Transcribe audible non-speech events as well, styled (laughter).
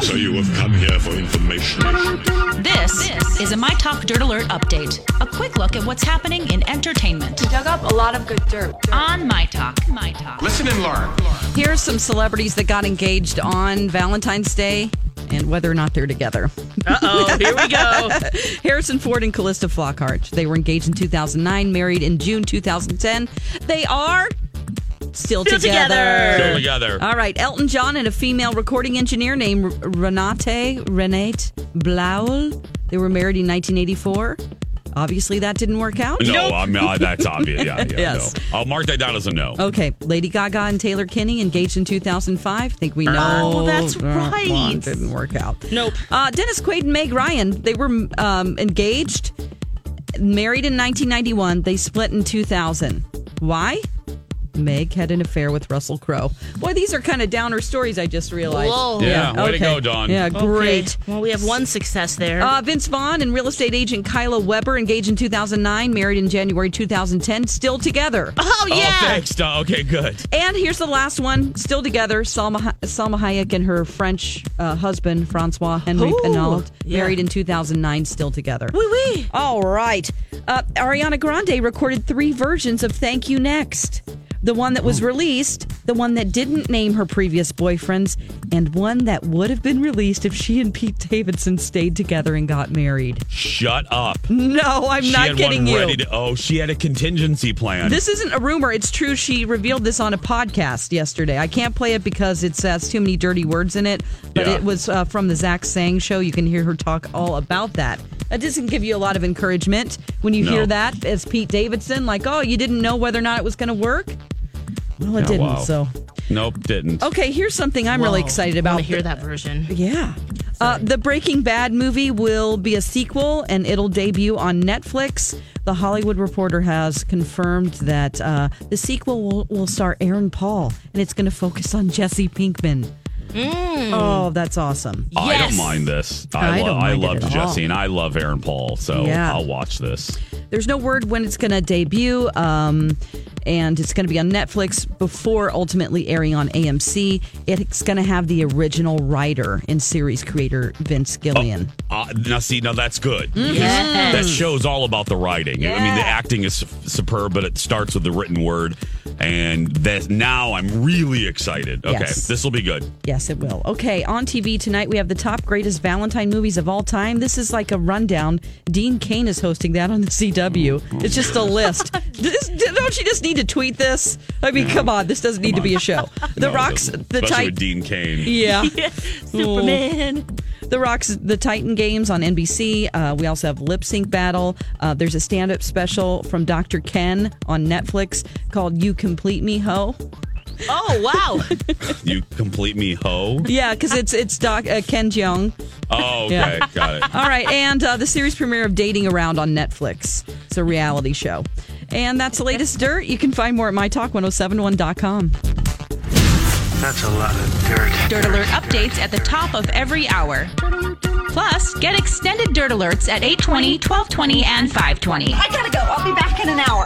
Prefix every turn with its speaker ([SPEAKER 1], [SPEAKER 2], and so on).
[SPEAKER 1] So you have come here for information.
[SPEAKER 2] This, is a My Talk Dirt Alert update. A quick look at what's happening in entertainment
[SPEAKER 3] Dug up a lot of good dirt.
[SPEAKER 2] on My Talk. My Talk.
[SPEAKER 4] Listen and learn.
[SPEAKER 5] Here are some celebrities that got engaged on Valentine's Day and whether or not they're together.
[SPEAKER 6] (laughs) Oh, here we go.
[SPEAKER 5] Harrison Ford and Callista Flockhart. They were engaged in 2009, married in June 2010. They are still,
[SPEAKER 6] Still together.
[SPEAKER 4] Still together.
[SPEAKER 5] All right, Elton John and a female recording engineer named R- Renate Renate Blaul. They were married in 1984. Obviously, that didn't work out.
[SPEAKER 4] No, I'm uh, that's obvious.
[SPEAKER 5] (laughs)
[SPEAKER 4] Yeah, yeah,
[SPEAKER 5] Yes. Oh,
[SPEAKER 4] no. I'll mark that down as a no.
[SPEAKER 5] Okay, Lady Gaga and Taylor Kinney engaged in 2005. Think we know.
[SPEAKER 6] Oh, that's
[SPEAKER 5] Uh, well, it
[SPEAKER 6] right.
[SPEAKER 5] didn't work out.
[SPEAKER 6] Nope.
[SPEAKER 5] Uh, Dennis Quaid and Meg Ryan. They were um, engaged, married in 1991. They split in 2000. Why? Meg had an affair with Russell Crowe. Boy, these are kind of downer stories. I just realized.
[SPEAKER 6] Whoa.
[SPEAKER 4] Yeah, way to
[SPEAKER 5] okay.
[SPEAKER 4] go, Don.
[SPEAKER 5] Yeah,
[SPEAKER 6] Okay.
[SPEAKER 5] great.
[SPEAKER 6] Well, we have one success there.
[SPEAKER 5] Uh, Vince Vaughn and real estate agent Kyla Weber engaged in 2009, married in January 2010, still together.
[SPEAKER 6] oh,
[SPEAKER 4] Oh,
[SPEAKER 6] yeah.
[SPEAKER 4] thanks, Don. Okay, good.
[SPEAKER 5] And here's the last one, still together. Salma, Salma Hayek and her French uh, husband Francois Henri
[SPEAKER 6] Ooh,
[SPEAKER 5] Pinault,
[SPEAKER 6] yeah.
[SPEAKER 5] married in 2009, still together.
[SPEAKER 6] Wee wee.
[SPEAKER 5] All right, uh, Ariana Grande recorded three versions of "Thank You Next." The one that was released, the one that didn't name her previous boyfriends, and one that would have been released if she and Pete Davidson stayed together and got married.
[SPEAKER 4] Shut up.
[SPEAKER 5] No, I'm
[SPEAKER 4] she
[SPEAKER 5] not
[SPEAKER 4] had
[SPEAKER 5] kidding
[SPEAKER 4] one
[SPEAKER 5] you.
[SPEAKER 4] ready to. Oh, she had a contingency plan.
[SPEAKER 5] This isn't a rumor. It's true. She revealed this on a podcast yesterday. I can't play it because it has too many dirty words in it, but
[SPEAKER 4] Yeah.
[SPEAKER 5] it was uh, from the Zach Sang show. You can hear her talk all about that. That doesn't give you a lot of encouragement when you
[SPEAKER 4] No.
[SPEAKER 5] hear that as Pete Davidson, like, oh, you didn't know whether or not it was going to work? Well, it
[SPEAKER 4] Oh,
[SPEAKER 5] didn't.
[SPEAKER 4] wow.
[SPEAKER 5] So, Oh,
[SPEAKER 4] Nope, didn't.
[SPEAKER 5] okay, here's something I'm really
[SPEAKER 6] Whoa.
[SPEAKER 5] excited
[SPEAKER 6] I
[SPEAKER 5] about.
[SPEAKER 6] wanna hear that version.
[SPEAKER 5] Yeah. Uh, the Breaking Bad movie will be a sequel and it'll debut on Netflix. The Hollywood Reporter has confirmed that uh, the sequel will, will star Aaron Paul and it's going to focus on Jesse Pinkman. Oh, that's awesome.
[SPEAKER 4] I
[SPEAKER 6] Yes.
[SPEAKER 4] don't mind this.
[SPEAKER 5] I
[SPEAKER 4] I, lo-
[SPEAKER 5] don't
[SPEAKER 4] I
[SPEAKER 5] mind it
[SPEAKER 4] loved
[SPEAKER 5] at
[SPEAKER 4] Jesse
[SPEAKER 5] all.
[SPEAKER 4] and I love Aaron Paul, so
[SPEAKER 5] Yeah.
[SPEAKER 4] I'll watch this.
[SPEAKER 5] There's no word when it's going to debut, um, and it's going to be on Netflix before ultimately airing on AMC. It's going to have the original writer and series creator Vince Gillian.
[SPEAKER 4] Uh, now, see, now that's good.
[SPEAKER 5] Mm-hmm.
[SPEAKER 6] Yes.
[SPEAKER 5] Mm.
[SPEAKER 4] That show's all about the writing. I mean, the acting is su- superb, but it starts with the written word. And that now I'm really excited. Okay,
[SPEAKER 5] Yes.
[SPEAKER 4] this will be good.
[SPEAKER 5] Yes, it will. Okay, on TV tonight we have the top greatest Valentine movies of all time. This is like a rundown. Dean Kane is hosting that on the CW. It's just
[SPEAKER 4] (laughs)
[SPEAKER 5] a list. This- don't you just need to tweet this? I mean, come on, this doesn't need to be a show. The
[SPEAKER 4] No,
[SPEAKER 5] Rock's
[SPEAKER 4] it doesn't.
[SPEAKER 5] the
[SPEAKER 4] especially with Dean
[SPEAKER 5] Titan.
[SPEAKER 4] Kane. (laughs)
[SPEAKER 5] Yeah.
[SPEAKER 6] Superman.
[SPEAKER 5] The Rock's The Titan Games on NBC. Uh, we also have Lip Sync Battle. Uh, there's a stand up special from Dr. Ken on Netflix called You Complete Me Ho.
[SPEAKER 6] Oh, wow.
[SPEAKER 4] You complete me, ho.
[SPEAKER 5] (laughs) Yeah, because it's, it's doc, uh, Ken Jeong.
[SPEAKER 4] Oh, okay,
[SPEAKER 5] Yeah.
[SPEAKER 4] got it.
[SPEAKER 5] All right, and uh, the series premiere of Dating Around on Netflix. It's a reality show. And that's the latest dirt. You can find more at mytalk1071.com.
[SPEAKER 7] That's a lot of dirt.
[SPEAKER 2] Dirt Alert updates at the top of every hour. Plus, get extended Dirt Alerts at 820, 1220, and 520.
[SPEAKER 3] I gotta go. I'll be back in an hour.